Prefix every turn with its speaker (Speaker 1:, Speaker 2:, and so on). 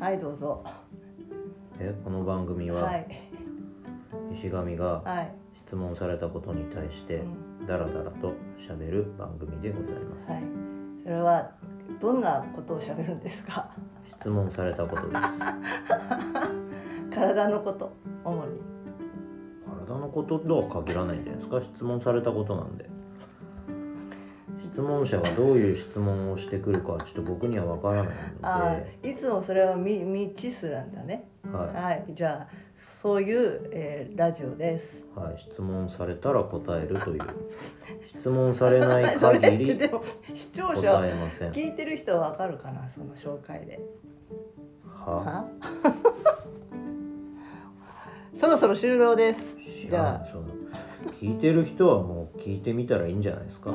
Speaker 1: はいどうぞ
Speaker 2: えこの番組
Speaker 1: は
Speaker 2: はい石神が
Speaker 1: はい、
Speaker 2: 質問されたことに対
Speaker 1: う
Speaker 2: して
Speaker 1: ん
Speaker 2: ダラダラと喋る番組でございます、
Speaker 1: はい、それはどんなことをしゃべるんですか
Speaker 2: 質問されたことです
Speaker 1: 体のこと主に
Speaker 2: 体のこととは限らないんじゃないですか質問されたことなんで質問者がどういう質問をしてくるかはちょっと僕には分からないので、
Speaker 1: あ
Speaker 2: は
Speaker 1: あいつもそれは未未知数なんだねはいじゃあそういう、えーラジオです
Speaker 2: いはい、質問されたら答える という質問されない
Speaker 1: それ
Speaker 2: 限
Speaker 1: って
Speaker 2: り
Speaker 1: でも視聴者
Speaker 2: 答
Speaker 1: は
Speaker 2: えません
Speaker 1: 聞いてる人はわかるかなその紹介で
Speaker 2: は
Speaker 1: は そろそろ終了です
Speaker 2: 知
Speaker 1: じ
Speaker 2: ら
Speaker 1: ゃ
Speaker 2: ないその聞いてる人はもう聞いてみたらいいんじゃないですか